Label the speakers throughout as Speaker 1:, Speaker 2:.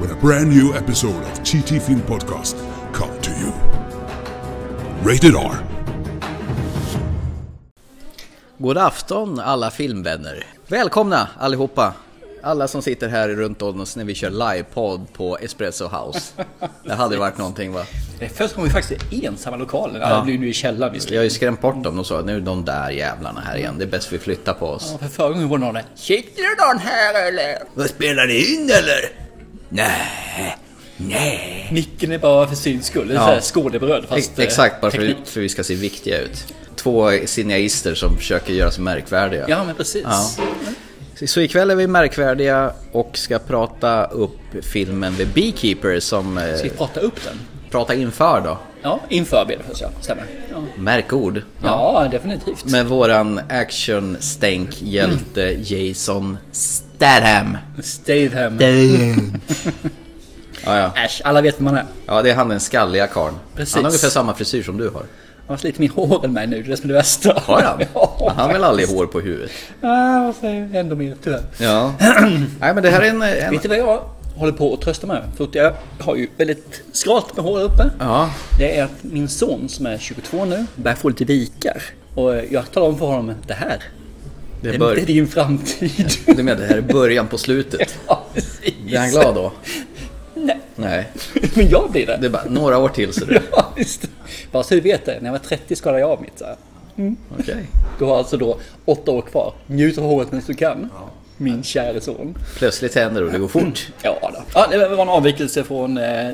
Speaker 1: when a brand new episode of TT Film Podcast come to you. Rated R.
Speaker 2: God afton alla filmvänner! Välkomna allihopa! Alla som sitter här runt om oss när vi kör livepodd på Espresso House. Det hade varit någonting va?
Speaker 3: Det är första gången vi faktiskt är ensamma i lokalen. Ja.
Speaker 2: Ja.
Speaker 3: Det blir nu i källaren
Speaker 2: Jag
Speaker 3: visserligen.
Speaker 2: har ju skrämt bort dem och sa att nu är de där jävlarna här igen. Det är bäst vi flyttar på oss.
Speaker 3: Ja, för förra gången var det någon där. Sitter någon här eller?
Speaker 2: Vad spelar ni in eller? Nej, nej.
Speaker 3: Micken är bara för syns skull. Det är
Speaker 2: Ja.
Speaker 3: så här skådebröd fast eh,
Speaker 2: Exakt, bara för,
Speaker 3: teknik.
Speaker 2: vi- för vi ska se viktiga ut. Två cineaster som försöker göra sig märkvärdiga.
Speaker 3: Ja men precis.
Speaker 2: Ja. Så ikväll är vi märkvärdiga och ska prata upp filmen The Beekeeper som... eh,
Speaker 3: Ska vi prata upp den?
Speaker 2: Prata inför då.
Speaker 3: Ja, inför blir det först ja. Stämmer. Ja,
Speaker 2: Märkord.
Speaker 3: ja. definitivt.
Speaker 2: Med våran actionstänkhjälte Jason Statham.
Speaker 3: Statham.
Speaker 2: Ja, ja.
Speaker 3: Äsch, alla vet vem man är.
Speaker 2: ja, det är han den skalliga karln.
Speaker 3: Precis.
Speaker 2: Han har ungefär samma frisyr som du har.
Speaker 3: Han har lite mer hår än mig nu, det är det som är det värsta.
Speaker 2: Har han?
Speaker 3: Ja,
Speaker 2: han har väl aldrig hår på huvudet?
Speaker 3: Ja, vad säger jag? Ändå mer tyvärr.
Speaker 2: Ja. Nej, men det här är en... en...
Speaker 3: Vet du vad jag håller på att trösta mig med? För att jag har ju väldigt skralt med hår uppe.
Speaker 2: Ja.
Speaker 3: Det är att min son som är 22 nu börjar få lite vikar. Och jag talar om för honom det här. Det är
Speaker 2: bör-
Speaker 3: inte din framtid.
Speaker 2: Du menar det här är början på slutet?
Speaker 3: ja, precis.
Speaker 2: Blir han glad då?
Speaker 3: Nej,
Speaker 2: Nej.
Speaker 3: men jag blir det.
Speaker 2: Det är bara några år till så du.
Speaker 3: Ja, visst. Bara så du vet det, när jag var 30 skalade jag av mitt. Så här.
Speaker 2: Okej.
Speaker 3: Du har alltså då åtta år kvar. Njut av håret medan du kan. Min kära son.
Speaker 2: Plötsligt händer det och det går fort.
Speaker 3: Ja, då. ja, det var en avvikelse från eh,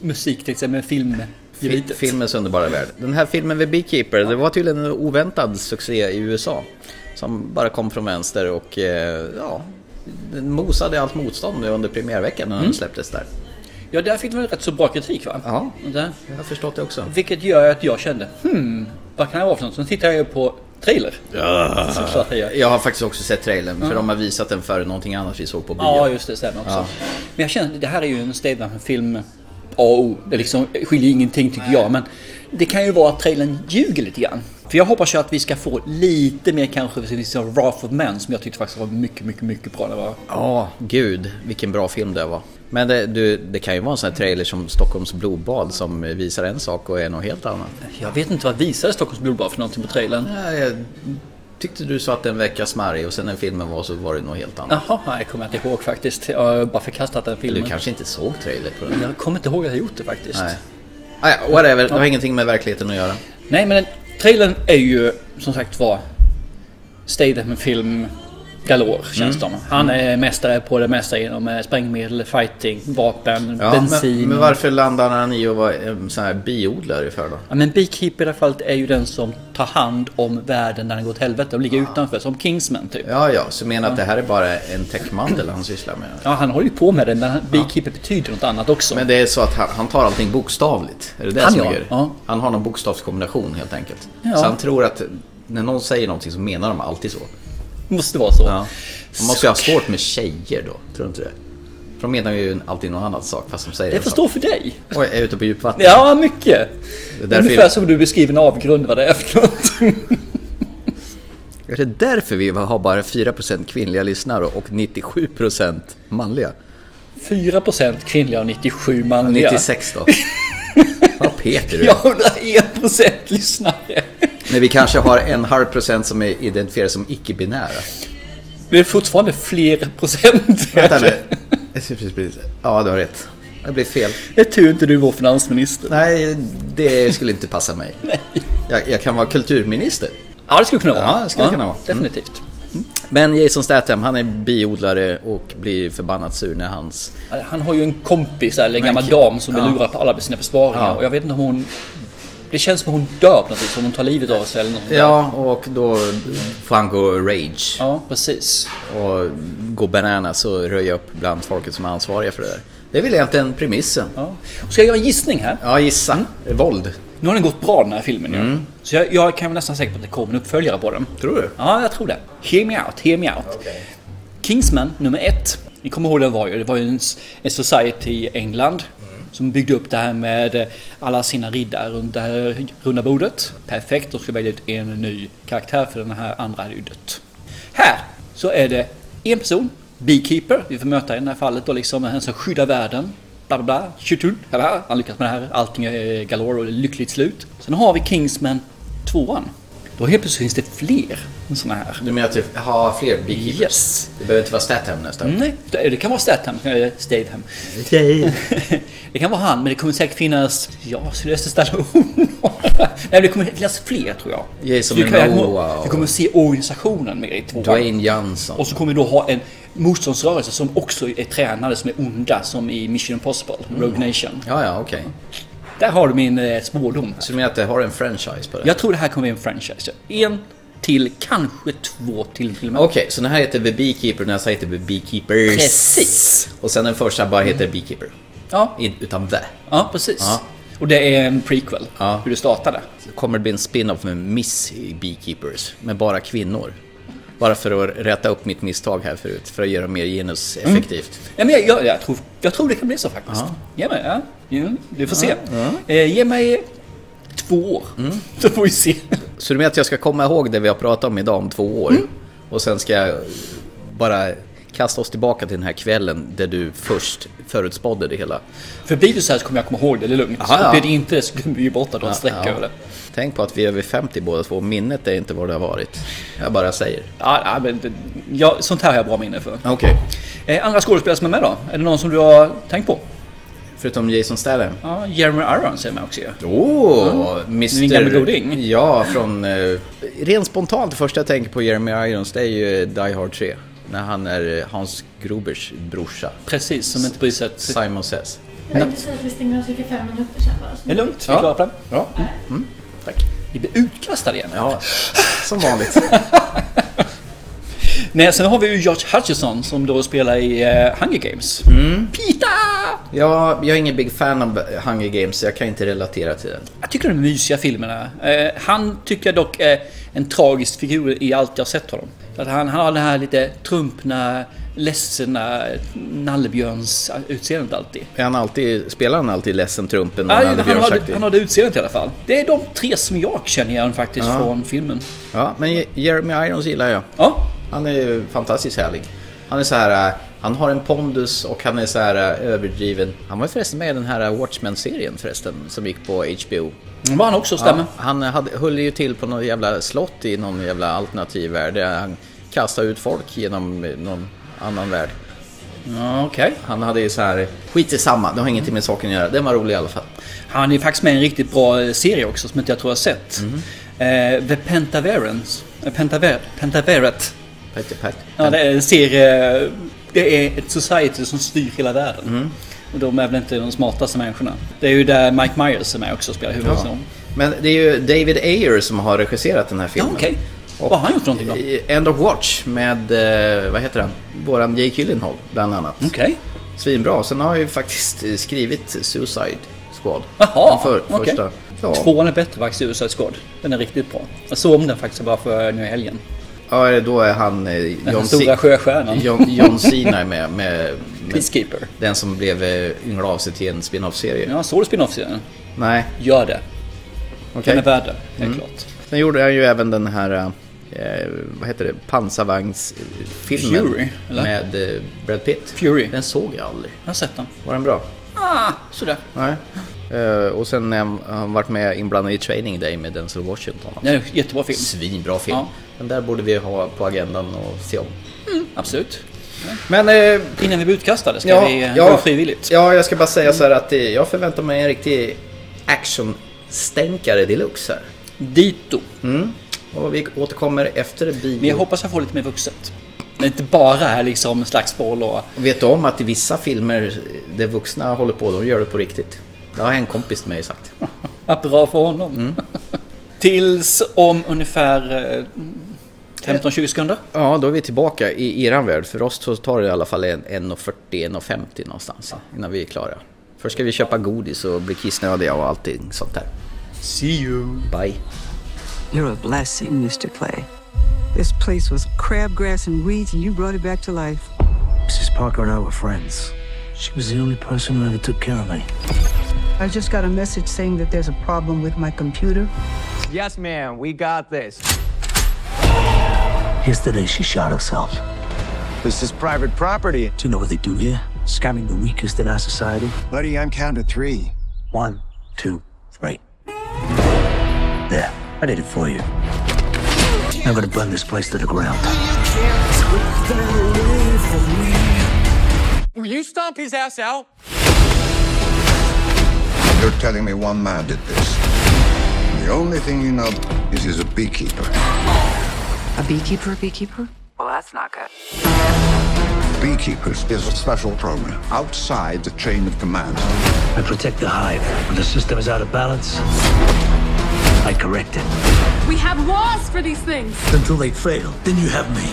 Speaker 3: musik till exempel, film.
Speaker 2: Fil- Filmens underbara värld. Den här filmen The Beekeeper, det var tydligen en oväntad succé i USA. Som bara kom från vänster och eh, ja, den mosade allt motstånd nu under premiärveckan när den släpptes där.
Speaker 3: Ja, där fick de väl rätt så bra kritik va?
Speaker 2: Ja,
Speaker 3: Där.
Speaker 2: jag har förstått det också.
Speaker 3: Vilket gör att jag kände, hmm, vad kan det vara för något? Sen tittar jag ju på trailer. Ja. Så att jag.
Speaker 2: Jag har faktiskt också sett trailern, för de har visat den före någonting annat vi såg på bio.
Speaker 3: Ja, just det, stämmer också.
Speaker 2: Ja.
Speaker 3: Men jag känner, att det här är ju en Statham-film. Oh, det liksom skiljer ingenting tycker jag, men det kan ju vara att trailern ljuger lite grann. För jag hoppas ju att vi ska få lite mer kanske, för vi ser Wrath of Man som jag tyckte faktiskt var mycket, mycket, mycket bra. Det var
Speaker 2: Ja, gud vilken bra film det var. Men det, du, det kan ju vara en sån här trailer som Stockholms blodbad som visar en sak och är något helt annat.
Speaker 3: Jag vet inte vad visade Stockholms blodbad för någonting på trailern.
Speaker 2: Nej, Jag tyckte du sa att den verkar smarrig och sen när filmen var så var det något helt annat.
Speaker 3: Jaha, nej, jag kommer jag inte ihåg faktiskt. Jag har bara förkastat den
Speaker 2: Du
Speaker 3: filmen.
Speaker 2: kanske inte såg trailer på den?
Speaker 3: Jag kommer inte ihåg att jag gjort det faktiskt.
Speaker 2: Nej. Ah, ja, whatever, det har ingenting med verkligheten att göra.
Speaker 3: Nej men den- trailern är ju som sagt var Statham film galore
Speaker 2: Mm.
Speaker 3: känns det som. Han är mästare på det mesta inom eh, sprängmedel, fighting, vapen,
Speaker 2: Ja,
Speaker 3: bensin.
Speaker 2: men, men varför landar han i att vara en sån här biodlare för då?
Speaker 3: Ja, men Beekeeper i alla fall är ju den som tar hand om världen när den går åt helvete och ligger utanför. Som Kingsman typ. Ja.
Speaker 2: Ja, ja, så menar att det här är bara en täckmantel han sysslar med?
Speaker 3: han håller ju på med det men han- Beekeeper betyder något annat också.
Speaker 2: Men det är så att han, han tar allting bokstavligt? Är det det
Speaker 3: Han
Speaker 2: som
Speaker 3: ja,
Speaker 2: är
Speaker 3: ja.
Speaker 2: Han har någon bokstavskombination helt enkelt.
Speaker 3: Ja.
Speaker 2: Så han tror att när någon säger någonting så menar de alltid så.
Speaker 3: Måste vara så.
Speaker 2: Ja. Man måste ju ha svårt med tjejer då, tror du inte det? För de menar ju alltid någon annan sak fast de säger
Speaker 3: Det
Speaker 2: en sak.
Speaker 3: förstår för dig.
Speaker 2: Oj, jag är ute på djupvatten.
Speaker 3: Ja, mycket.
Speaker 2: är därför-
Speaker 3: Ungefär som du beskriver en avgrund vad det är för något.
Speaker 2: Är det därför vi har bara 4% kvinnliga lyssnare och 97% manliga?
Speaker 3: 4% kvinnliga och 97 manliga.
Speaker 2: 96 då? Vad Peter du är.
Speaker 3: Jag undrar 1% lyssnare.
Speaker 2: Men vi kanske har en halv procent som är identifierade som icke-binära.
Speaker 3: Det är fortfarande fler procent.
Speaker 2: Vänta nu. Precis, precis. Ja, du har rätt. Det blev fel.
Speaker 3: Det är tur inte du är vår finansminister.
Speaker 2: Nej, det skulle inte passa mig. Jag, jag kan vara kulturminister.
Speaker 3: Ja, det skulle kunna vara.
Speaker 2: Ja, det skulle kunna vara. Mm.
Speaker 3: Definitivt.
Speaker 2: Men Jason Statham, han är biodlare och blir förbannat sur när hans...
Speaker 3: Han har ju en kompis, eller en
Speaker 2: Men-
Speaker 3: gammal dam, som vill
Speaker 2: Ja.
Speaker 3: lura på alla sina besparingar.
Speaker 2: Ja.
Speaker 3: Och jag vet inte om hon... Det känns som hon dör på något vis, om hon tar livet av sig eller något.
Speaker 2: Ja, och då får han gå rage.
Speaker 3: Ja, precis.
Speaker 2: och gå bananas och röja upp bland folket som är ansvariga för det där. Det är väl egentligen premissen.
Speaker 3: Ja. Ska jag göra en gissning här?
Speaker 2: Ja, gissa.
Speaker 3: Mm.
Speaker 2: Våld.
Speaker 3: Nu har den gått bra den här filmen ju. Mm. Så jag, jag kan väl nästan säker på att det kommer en uppföljare på den.
Speaker 2: Tror du?
Speaker 3: Ja, jag tror det. Hear me out, hear me out. Kingsman nummer ett. Ni kommer ihåg det var ju. Det var ju en, s- en society i England. Som byggde upp det här med eh, alla sina riddare runt det här runda bordet. Perfekt, de skulle välja ut en ny karaktär för den här andra hade ju dött. Här så är det en person, Beekeeper, vi får möta i det här fallet då liksom en som skyddar världen. Bla bla bla, tjutun, bla, bla. han lyckas med det här, allting är eh, galore och det är lyckligt slut. Sen har vi Kingsman 2 Då helt plötsligt finns det fler sådana här.
Speaker 2: Du menar att vi har fler beekeepers?
Speaker 3: Yes. Mm.
Speaker 2: Det behöver inte vara Statham nästa gång.
Speaker 3: Nej, det det kan vara Statham, eller Statham. det kan vara han, men det kommer säkert finnas... Ja, Sylvester Stallone. Nej, det kommer finnas fler tror jag.
Speaker 2: Jason
Speaker 3: Så du kan-
Speaker 2: Momoa och-
Speaker 3: Du kommer se organisationen mer i tvåan.
Speaker 2: Dwayne Johnson.
Speaker 3: Och så kommer du då ha en motståndsrörelse som också är tränade, som är onda, som i Mission Impossible,
Speaker 2: Mm.
Speaker 3: Rogue Nation.
Speaker 2: Ja, ja, okej.
Speaker 3: Där har du min eh, spådom.
Speaker 2: Så du menar att det har en franchise på det?
Speaker 3: Jag tror det här kommer bli en franchise. En till, kanske två till filmer.
Speaker 2: Okej, så den här heter The Beekeeper, den här heter The Beekeepers.
Speaker 3: Precis. Mm.
Speaker 2: Och sen den första bara heter Beekeeper.
Speaker 3: Ja,
Speaker 2: In, utan The.
Speaker 3: ja precis.
Speaker 2: Ja.
Speaker 3: Och det är en prequel,
Speaker 2: Ja.
Speaker 3: hur det startade.
Speaker 2: Så kommer det bli en spin-off med Miss Beekeepers, med bara kvinnor. Bara för att rätta upp mitt misstag här förut, för att göra mer genuseffektivt.
Speaker 3: Ja, men jag, jag, jag, tror, jag tror det kan bli så faktiskt. Ge mig, ja. Ja, du får se. Eh, ge mig två år,
Speaker 2: Mm.
Speaker 3: så får vi se.
Speaker 2: Så du menar att jag ska komma ihåg det vi har pratat om idag om två år?
Speaker 3: Mm.
Speaker 2: Och sen ska jag bara kasta oss tillbaka till den här kvällen där du först förutspådde det hela.
Speaker 3: För blir det så här så kommer jag komma ihåg det, det är lugnt.
Speaker 2: Aha, ja.
Speaker 3: Blir det inte det så glömmer vi ju bort att dra en streck
Speaker 2: Ja.
Speaker 3: över det.
Speaker 2: Tänk på att vi är över 50 båda två, minnet är inte vad det har varit. Jag bara säger.
Speaker 3: Ja, ja, men det, ja, sånt här har jag bra minne för.
Speaker 2: Okej.
Speaker 3: Eh, andra skådespelare som är med då? Är det någon som du har tänkt på?
Speaker 2: Förutom Jason Statham.
Speaker 3: Ja, Jeremy Irons är med också ju.
Speaker 2: Åh,
Speaker 3: Oh. Min
Speaker 2: Mr...
Speaker 3: gamla goding.
Speaker 2: Ja, från... Eh, rent spontant, det första jag tänker på Jeremy Irons, det är ju eh, Die Hard 3. När han är eh, Hans Grubers brorsa.
Speaker 3: Precis, som inte bryr sig att...
Speaker 2: Simon Says.
Speaker 4: Jag vill säga att vi stänger av cirka fem minuter sen bara.
Speaker 3: Det är lugnt, vi
Speaker 2: Ja.
Speaker 3: är klara på den.
Speaker 2: Ja.
Speaker 3: Tack. Vi blir utkastade igen.
Speaker 2: ja, som vanligt.
Speaker 3: Nej, sen har vi ju George Hutcherson som då spelar i eh, Hunger Games.
Speaker 2: Mm.
Speaker 3: Pita!
Speaker 2: Jag, jag är ingen big fan av Hunger Games, så jag kan inte relatera till den.
Speaker 3: Jag tycker de är mysiga filmerna. Eh, han tycker jag dock är en tragisk figur i allt jag har sett honom. För Att han, han har det här lite trumpna, ledsna nallebjörns utseendet alltid.
Speaker 2: Är han alltid, spelar han alltid ledsen trumpen?
Speaker 3: Nej,
Speaker 2: när
Speaker 3: han,
Speaker 2: blir
Speaker 3: har,
Speaker 2: sagt
Speaker 3: det-
Speaker 2: det?
Speaker 3: han har det utseendet i alla fall. Det är de tre som jag känner igen faktiskt från filmen.
Speaker 2: Ja, men Je- Jeremy Irons gillar jag.
Speaker 3: Ja,
Speaker 2: Han är ju fantastiskt härlig. Han är så här, eh, han har en pondus och han är så här eh, överdriven. Han var ju förresten med i den här eh, Watchmen-serien förresten, som gick på HBO.
Speaker 3: var han också, stämmer.
Speaker 2: Ja, han eh, hade, höll ju till på något jävla slott i någon jävla alternativ värld. där Han kastade ut folk genom eh, någon annan värld.
Speaker 3: Ja, okej.
Speaker 2: Han hade ju så här, skit i samma, det har ingenting med saken att göra. Den var rolig i alla fall.
Speaker 3: Han är faktiskt med i en riktigt bra eh, serie också som inte jag tror jag har sett. Eh, The Pentaverance. Eh, Pentaver- Pentaveret.
Speaker 2: Petter, Petter.
Speaker 3: Ja, det är en serie... Det är ett society som styr hela världen. Och de är väl inte de smartaste människorna. Det är ju där Mike Myers är med också och spelar huvudrollen.
Speaker 2: Men det är ju David Ayer som har regisserat den här
Speaker 3: Ja,
Speaker 2: filmen.
Speaker 3: okej.
Speaker 2: Och-
Speaker 3: Vad har han gjort någonting då? Okej.
Speaker 2: I End of Watch med, eh, vad heter han, våran Jake Gyllenhaal bland annat.
Speaker 3: Mm.
Speaker 2: Svinbra. Sen har jag ju faktiskt eh, skrivit Suicide Squad.
Speaker 3: Jaha,
Speaker 2: Den för,
Speaker 3: okej.
Speaker 2: första. Ja.
Speaker 3: Tvåan är bättre faktiskt, Suicide Squad. Den är riktigt bra. Jag såg om den faktiskt bara för nu i helgen.
Speaker 2: ja, då är han eh, John,
Speaker 3: Den stora
Speaker 2: C-
Speaker 3: sjöstjärnan.
Speaker 2: John, John Cena är med, med, med
Speaker 3: Peacekeeper.
Speaker 2: den som blev eh, ynglad av sig till en spin-off-serie.
Speaker 3: Ja, såg du spin-off-serien?
Speaker 2: Nej,
Speaker 3: Gör det. Den
Speaker 2: okej.
Speaker 3: är värd det, helt klart.
Speaker 2: Sen gjorde han ju även den här, eh, vad heter det, pansarvagnsfilmen.
Speaker 3: Fury, eller?
Speaker 2: Med eh, Brad Pitt.
Speaker 3: Fury.
Speaker 2: Den såg jag aldrig.
Speaker 3: Jag har sett den.
Speaker 2: Var den bra?
Speaker 3: Ah, sådär.
Speaker 2: Nej. Eh, och sen eh, har han varit med inblandad i Training Day med Denzel Washington.
Speaker 3: Det är en jättebra film.
Speaker 2: Svinbra film.
Speaker 3: Ja.
Speaker 2: Den där borde vi ha på agendan och se om.
Speaker 3: Absolut.
Speaker 2: Men... Eh,
Speaker 3: Innan vi blir utkastade ska vi eh, gå
Speaker 2: ja,
Speaker 3: frivilligt.
Speaker 2: ja, jag ska bara säga så här att eh, jag förväntar mig en riktig actionstänkare deluxe här.
Speaker 3: Dito.
Speaker 2: Mm. Och vi återkommer efter bio.
Speaker 3: Men jag hoppas jag får lite mer vuxet. Men inte bara är liksom slagsmål och...
Speaker 2: Vet du om att i vissa filmer det vuxna håller på, de gör det på riktigt? Det har en kompis till mig sagt. Mm.
Speaker 3: Vad bra för honom. Tills om ungefär eh, 15-20 sekunder.
Speaker 2: Ja, då är vi tillbaka i eran värld. För oss så tar det i alla fall en- 1.40-1.50 någonstans innan vi är klara. Först ska vi köpa godis och bli kissnödiga och allting sånt där.
Speaker 3: See you!
Speaker 2: Bye.
Speaker 5: You're a blessing, Mr. Clay. This place was crabgrass and weeds, and you brought it back to life.
Speaker 6: Mrs. Parker and I were friends. She was the only person who ever took care of me.
Speaker 5: I just got a message saying that there's a problem with my computer.
Speaker 7: Yes, ma'am, we got this.
Speaker 6: Yesterday, she shot herself.
Speaker 8: This is private property.
Speaker 6: Do you know what they do here? Scamming the weakest in our society.
Speaker 8: Buddy, I'm counting to three.
Speaker 6: One, two, three. There, I did it for you. I'm gonna burn this place to the ground.
Speaker 7: Will you stomp his ass out?
Speaker 9: You're telling me one man did this. The only thing you know is he's a beekeeper.
Speaker 5: A beekeeper, a beekeeper? Well, that's not good.
Speaker 9: Beekeepers is a special program outside the chain of command.
Speaker 6: I protect the hive. When the system is out of balance, I correct it.
Speaker 10: We have laws for these things.
Speaker 6: Until they fail, then you have me.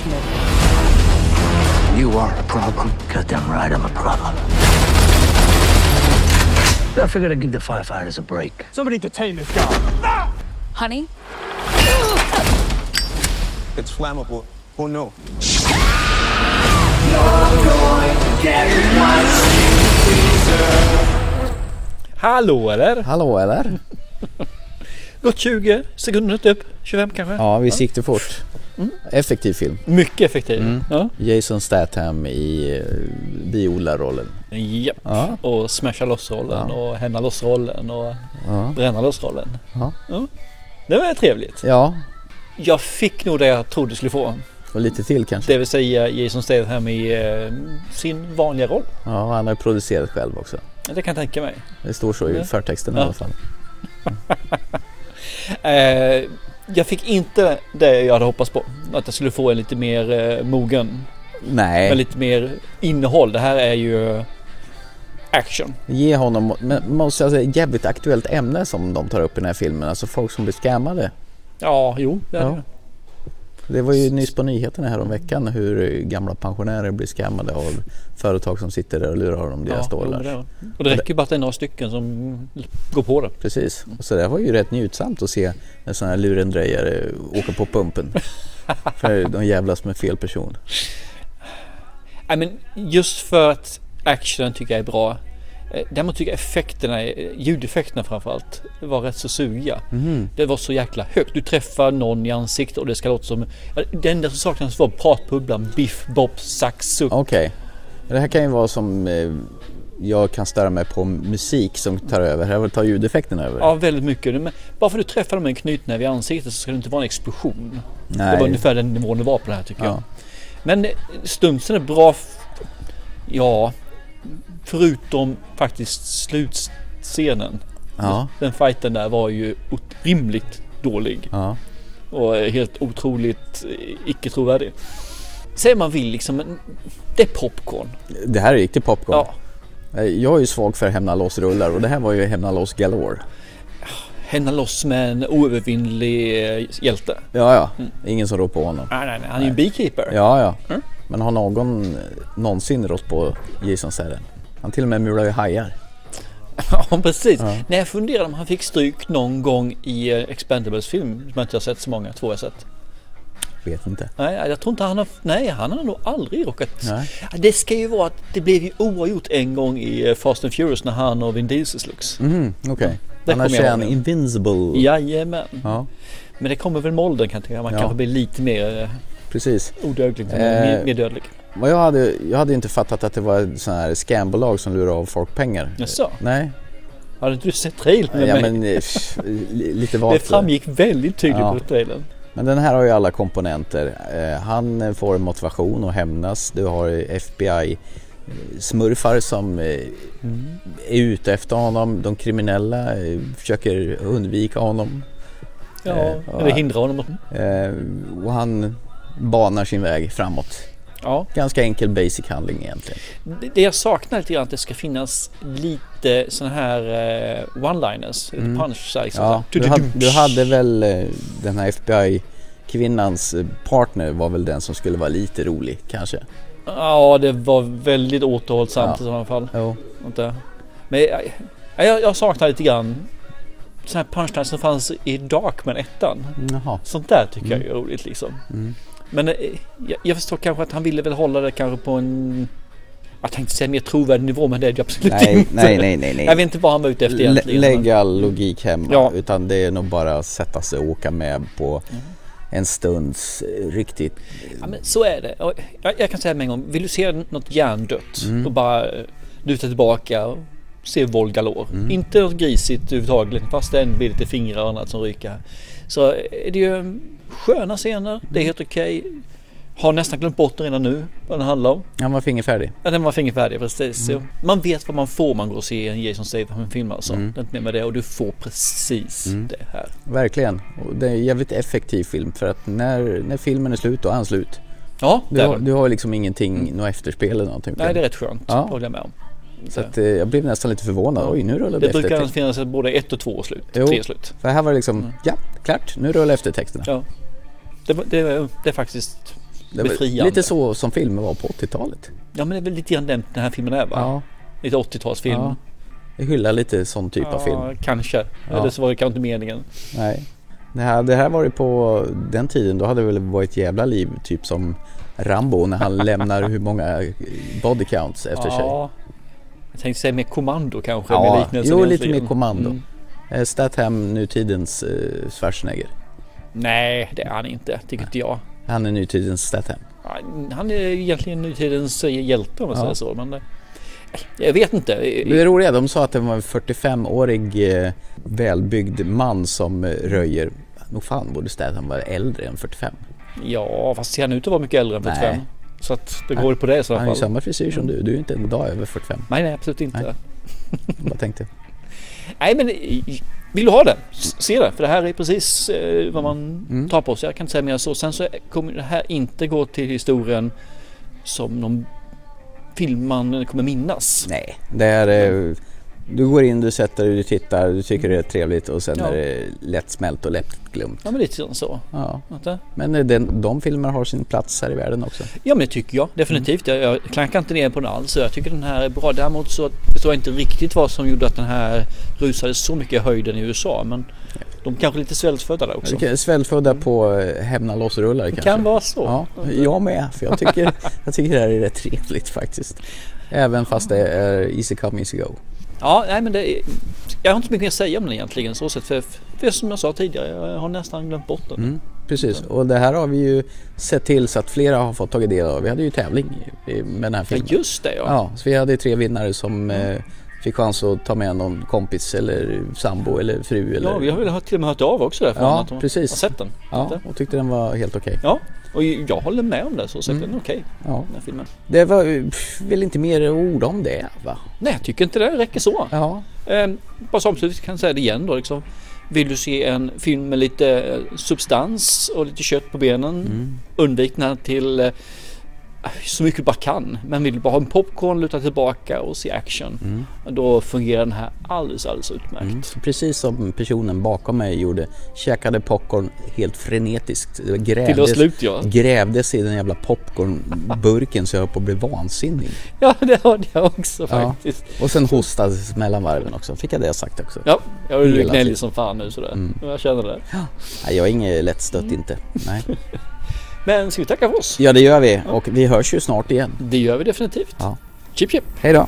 Speaker 8: You are a problem.
Speaker 6: Goddamn right, I'm a problem. I figured I'd give the firefighters a break.
Speaker 7: Somebody detain this guy.
Speaker 10: Honey?
Speaker 8: It's flammable. Who knew?
Speaker 3: Hallå eller?
Speaker 2: Hallå eller?
Speaker 3: Gått 20 sekunder typ. 25 kanske.
Speaker 2: Ja, vi gick det fort. Mm. Effektiv film.
Speaker 3: Mycket effektiv.
Speaker 2: Mm.
Speaker 3: Ja.
Speaker 2: Jason Statham i eh, biodlarrollen.
Speaker 3: Japp.
Speaker 2: Ja.
Speaker 3: Och smasha loss rollen och hända loss rollen och bränna loss rollen.
Speaker 2: Ja.
Speaker 3: Det var trevligt.
Speaker 2: Ja,
Speaker 3: Jag fick nog det jag trodde jag skulle få.
Speaker 2: och lite till kanske.
Speaker 3: Det vill säga Jason Statham i eh, sin vanliga roll.
Speaker 2: Ja, han har ju producerat själv också.
Speaker 3: Det kan jag tänka mig.
Speaker 2: Det står så i
Speaker 3: Ja.
Speaker 2: förtexten i
Speaker 3: Ja.
Speaker 2: alla fall.
Speaker 3: Eh, jag fick inte det jag hade hoppats på. Att jag skulle få en lite mer eh, mogen. Med
Speaker 2: Nej,
Speaker 3: lite mer innehåll. Det här är ju action.
Speaker 2: ge honom, men måste jag säga, jävligt aktuellt ämne som de tar upp i den här filmen. Alltså folk som blir scammade.
Speaker 3: Ja, jo. Det är
Speaker 2: Ja.
Speaker 3: det.
Speaker 2: Det var ju nyss på nyheterna här om veckan hur gamla pensionärer blir scammade av företag som sitter där och lurar dem deras
Speaker 3: jo, men det är
Speaker 2: dollar.
Speaker 3: det. Och det räcker ju bara att det är några stycken som går på det.
Speaker 2: Precis, och så det var ju rätt njutsamt att se när sådana här lurendrejare åker på pumpen. För de jävlas med fel person.
Speaker 3: Nej, men just för att actionen tycker jag är bra. Eh, Däremot tycker jag effekterna, eh, ljudeffekterna framförallt, var rätt så suga. Det var så jäkla högt. Du träffar någon i ansiktet och det ska låta som... ja, Det enda som saknades var pratbubblan, biff, bopp, sax, suck.
Speaker 2: Okej, det här kan ju vara som eh, jag kan störa mig på musik som tar över. Här tar ljudeffekten över.
Speaker 3: Ja, väldigt mycket. Men bara för att du träffar dem med en knytnäve i ansiktet så ska det inte vara en explosion. Det var
Speaker 2: Nej,
Speaker 3: ungefär den nivån det var på det här tycker
Speaker 2: Ja.
Speaker 3: jag. Men eh, stunsen är bra. f- Ja, förutom faktiskt slutscenen.
Speaker 2: ja,
Speaker 3: Den fighten där var ju orimligt dålig
Speaker 2: ja.
Speaker 3: och eh, helt otroligt eh, icke trovärdig. Säger man vill liksom, men det är popcorn.
Speaker 2: Det här gick till popcorn.
Speaker 3: Ja,
Speaker 2: Eh, Jag är ju svag för hämnalåsrullar och det här var ju hämnalås galore.
Speaker 3: hända loss med en oövervinnlig eh, hjälte.
Speaker 2: Ja, ja,
Speaker 3: Mm.
Speaker 2: ingen som rår på honom.
Speaker 3: Nej, nej, nej, han är ju en beekeeper.
Speaker 2: Ja, ja.
Speaker 3: Mm.
Speaker 2: Men har någon eh, någonsin rått på Jason Statham? Han till och med mular ju hajar.
Speaker 3: Ja, precis. Nej, jag funderar om han fick stryk någon gång i eh, Expendables film som jag inte har sett så många, två har jag sett.
Speaker 2: Vet inte.
Speaker 3: Nej, jag tror inte han har... Nej, han har nog aldrig råkat...
Speaker 2: Nej.
Speaker 3: Det ska ju vara att det blev ju oavgjort en gång i eh, Fast and Furious när han och Vin Diesel slogs.
Speaker 2: Mm, Okej.
Speaker 3: det
Speaker 2: Annars
Speaker 3: kommer jag
Speaker 2: är
Speaker 3: ihåg
Speaker 2: han
Speaker 3: nu.
Speaker 2: invincible.
Speaker 3: Jajamän.
Speaker 2: Ja,
Speaker 3: Men det kommer väl med åldern kan jag tänka mig. Man
Speaker 2: Ja.
Speaker 3: kanske blir lite mer eh,
Speaker 2: precis.
Speaker 3: odödlig. Eh.
Speaker 2: Eh.
Speaker 3: Mer, mer dödlig.
Speaker 2: Vad jag hade ju jag hade inte fattat att det var ett sånt här scambolag som lurar av folk pengar.
Speaker 3: Jaså?
Speaker 2: Nej,
Speaker 3: Har inte du sett trailern med
Speaker 2: ja,
Speaker 3: mig?
Speaker 2: men eh, pff, li- lite
Speaker 3: det
Speaker 2: vagt.
Speaker 3: framgick väldigt tydligt
Speaker 2: Ja.
Speaker 3: på trailern.
Speaker 2: Men den här har ju alla komponenter. Eh, Han eh, får motivation att hämnas. Du har FBI-smurfar eh, som eh, är ute efter honom. De kriminella eh, försöker undvika honom.
Speaker 3: Ja,
Speaker 2: Eh,
Speaker 3: eller
Speaker 2: ja.
Speaker 3: hindra honom. att-
Speaker 2: Eh, Och han banar sin väg framåt.
Speaker 3: Ja.
Speaker 2: Ganska enkel basic handling egentligen.
Speaker 3: Det- Det jag saknar lite grann är att det ska finnas lite sådana här eh, one-liners, punch så här, liksom.
Speaker 2: Mm. Ja,
Speaker 3: så
Speaker 2: du,
Speaker 3: här.
Speaker 2: hade, du hade väl eh, den här FBI kvinnans partner var väl den som skulle vara lite rolig kanske.
Speaker 3: Ja, det var väldigt återhållsamt
Speaker 2: Ja.
Speaker 3: i sådana fall.
Speaker 2: Jo.
Speaker 3: Inte. Men jag, jag, jag saknar lite grann sådana här punchlines som fanns i Darkman 1.
Speaker 2: Jaha.
Speaker 3: Sånt där tycker jag är
Speaker 2: Mm.
Speaker 3: roligt liksom.
Speaker 2: Mm.
Speaker 3: Men eh, jag, jag förstår kanske att han ville väl hålla det kanske på en... Jag tänkte säga mer trovärdig nivå men det är det absolut
Speaker 2: Nej,
Speaker 3: inte.
Speaker 2: nej, nej, nej, nej.
Speaker 3: Jag vet inte vad han var ute efter
Speaker 2: Lä-
Speaker 3: egentligen. men-
Speaker 2: Lägga logik hemma.
Speaker 3: Ja. Mm.
Speaker 2: Utan det är nog bara att sätta sig och åka med på en stunds eh, riktigt...
Speaker 3: Ja, men så är det. Och Jag, jag kan säga med en gång, vill du se något hjärndött
Speaker 2: Mm.
Speaker 3: och bara eh, luta tillbaka och se våld galore.
Speaker 2: Mm.
Speaker 3: Inte något grisigt överhuvudtaget liksom, fast det ändå blir lite fingrar och annat som ryker. Så eh, det är ju sköna scener, det
Speaker 2: Mm.
Speaker 3: är helt okej. Har nästan glömt bort den redan nu, vad den handlar om.
Speaker 2: Han var fingerfärdig.
Speaker 3: Ja, den var fingerfärdig precis.
Speaker 2: Mm.
Speaker 3: Så Man vet vad man får om man går och ser en Jason Statham-film alltså.
Speaker 2: Mm.
Speaker 3: Det är inte mer med det och du får precis
Speaker 2: Mm.
Speaker 3: det här.
Speaker 2: Verkligen. Och det är en jävligt effektiv film för att när, när filmen är slut, då är han slut.
Speaker 3: Ja,
Speaker 2: du,
Speaker 3: det är
Speaker 2: har,
Speaker 3: det.
Speaker 2: du har liksom ingenting, något efterspel eller någonting.
Speaker 3: Mm. Nej, det är rätt skönt,
Speaker 2: Ja.
Speaker 3: håller jag med om.
Speaker 2: Så att, eh, jag blev nästan lite förvånad. Oj, nu rullar
Speaker 3: Det
Speaker 2: det
Speaker 3: brukar
Speaker 2: eftertext.
Speaker 3: finnas både ett och två slut,
Speaker 2: Jo.
Speaker 3: tre slut.
Speaker 2: För här var det liksom, ja, klart, nu rullar eftertexterna.
Speaker 3: Mm. Ja. Det, var- det, var- det är faktiskt
Speaker 2: Det var
Speaker 3: befriande.
Speaker 2: lite så som filmer var på 80-talet.
Speaker 3: Ja men det är väl lite grann den, den här filmen är va?
Speaker 2: Ja.
Speaker 3: Lite 80-talsfilm.
Speaker 2: Ja. Det hyllar lite sån typ av film.
Speaker 3: Kanske.
Speaker 2: Ja.
Speaker 3: Eller så var det kanske inte meningen.
Speaker 2: Nej. Det här, det här var ju på den tiden, då hade det väl varit ett jävla liv, typ som Rambo när han lämnar hur många eh, body counts efter sig.
Speaker 3: Ja. Jag tänkte säga mer kommando kanske.
Speaker 2: Ja,
Speaker 3: med liknelsen
Speaker 2: jo, lite
Speaker 3: egentligen.
Speaker 2: mer kommando.
Speaker 3: Mm.
Speaker 2: Eh, Statham, nutidens eh, Schwarzenegger.
Speaker 3: Nej, det är han inte. Tycker inte jag.
Speaker 2: Han är nutidens Statham.
Speaker 3: Han- Han är egentligen nutidens eh, hjälte om man
Speaker 2: Ja.
Speaker 3: säger så. Men det, jag vet inte.
Speaker 2: Det
Speaker 3: Mm.
Speaker 2: är roliga, de sa att det var en 45-årig eh, välbyggd man som eh, röjer. Nog fan borde Statham vara äldre än 45.
Speaker 3: Ja, fast ser han ut att vara mycket äldre än 45?
Speaker 2: Nej.
Speaker 3: Så att det går på det i så fall.
Speaker 2: Han har ju samma frisyr som du, du är ju inte en dag över 45.
Speaker 3: Nej, nej, absolut inte.
Speaker 2: Nej. Vad tänkte
Speaker 3: Nej men i- vill du ha den? S- Se den. För det här är precis eh, vad man
Speaker 2: Mm.
Speaker 3: tar på sig. Jag kan inte säga mer än så. Sen så kommer det här inte gå till historien som någon film man kommer minnas.
Speaker 2: Nej. Det här är, eh, du går in, du sätter dig, du tittar, du tycker det är trevligt och sen
Speaker 3: Ja.
Speaker 2: är det lättsmält och lättglömt.
Speaker 3: Ja men lite grann så.
Speaker 2: Ja.
Speaker 3: Inte?
Speaker 2: Men eh, den, de filmerna har sin plats här i världen också.
Speaker 3: Ja men det tycker jag definitivt.
Speaker 2: Mm.
Speaker 3: Jag, jag klankar inte ner på den alls. Jag tycker den här är bra. Däremot så förstår jag inte riktigt vad som gjorde att den här rusade så mycket i höjden i USA. Men de kanske är lite svältfödda där också.
Speaker 2: Okej, Svältfödda på eh, hämna loss-rullar kanske?
Speaker 3: kan vara så.
Speaker 2: Ja, jag med. För jag tycker, jag tycker det här är rätt trevligt faktiskt. Även fast det är easy come, easy go.
Speaker 3: Ja, nej men det, jag har inte så mycket mer att säga om den egentligen så sett för, för som jag sa tidigare, jag har nästan glömt bort den.
Speaker 2: Mm, precis, och det här har vi ju sett till så att flera har fått tagit del av. Vi hade ju tävling i- med den här
Speaker 3: Ja,
Speaker 2: filmen.
Speaker 3: just det ja.
Speaker 2: Ja, så vi hade tre vinnare som eh, fick chans att ta med någon kompis eller sambo eller fru. Eller...
Speaker 3: Ja, vi har väl hört- till och med hört av också där för
Speaker 2: Ja,
Speaker 3: att de
Speaker 2: precis.
Speaker 3: har sett den.
Speaker 2: Ja, och tyckte den var helt okej.
Speaker 3: Ja, och jag håller med om det så sett
Speaker 2: Mm.
Speaker 3: den är okej,
Speaker 2: Ja.
Speaker 3: den här filmen.
Speaker 2: Det var pff, väl inte mer ord om det va?
Speaker 3: Nej, jag tycker inte det räcker så.
Speaker 2: Ja.
Speaker 3: Eh, bara som avslutning kan jag säga det igen då liksom. Vill du se en film med lite eh, substans och lite kött på benen?
Speaker 2: Mm.
Speaker 3: Undvik den här till eh, så mycket du bara kan. Men vill du bara ha en popcorn, luta tillbaka och se action.
Speaker 2: Mm.
Speaker 3: Då fungerar den här alldeles, alldeles utmärkt.
Speaker 2: Så precis som personen bakom mig gjorde, käkade popcorn helt frenetiskt. Det
Speaker 3: Till det var
Speaker 2: Grävdes,
Speaker 3: slut ja.
Speaker 2: grävdes i den jävla popcornburken så jag höll på att bli vansinnig.
Speaker 3: Ja, det hörde jag också
Speaker 2: Ja.
Speaker 3: faktiskt.
Speaker 2: Och sen hostades mellan varven också, fick jag det sagt också.
Speaker 3: Ja, jag är
Speaker 2: Hela
Speaker 3: gnällig
Speaker 2: tiden.
Speaker 3: som fan nu sådär.
Speaker 2: Mm.
Speaker 3: Jag känner det.
Speaker 2: Nej, jag är inget lättstött
Speaker 3: Mm.
Speaker 2: inte. Nej.
Speaker 3: Men ska vi tacka för oss? Mm.
Speaker 2: Ja det gör vi och vi hörs ju snart igen.
Speaker 3: Det gör vi definitivt.
Speaker 2: Ja.
Speaker 3: Chip chip!
Speaker 2: Hej då!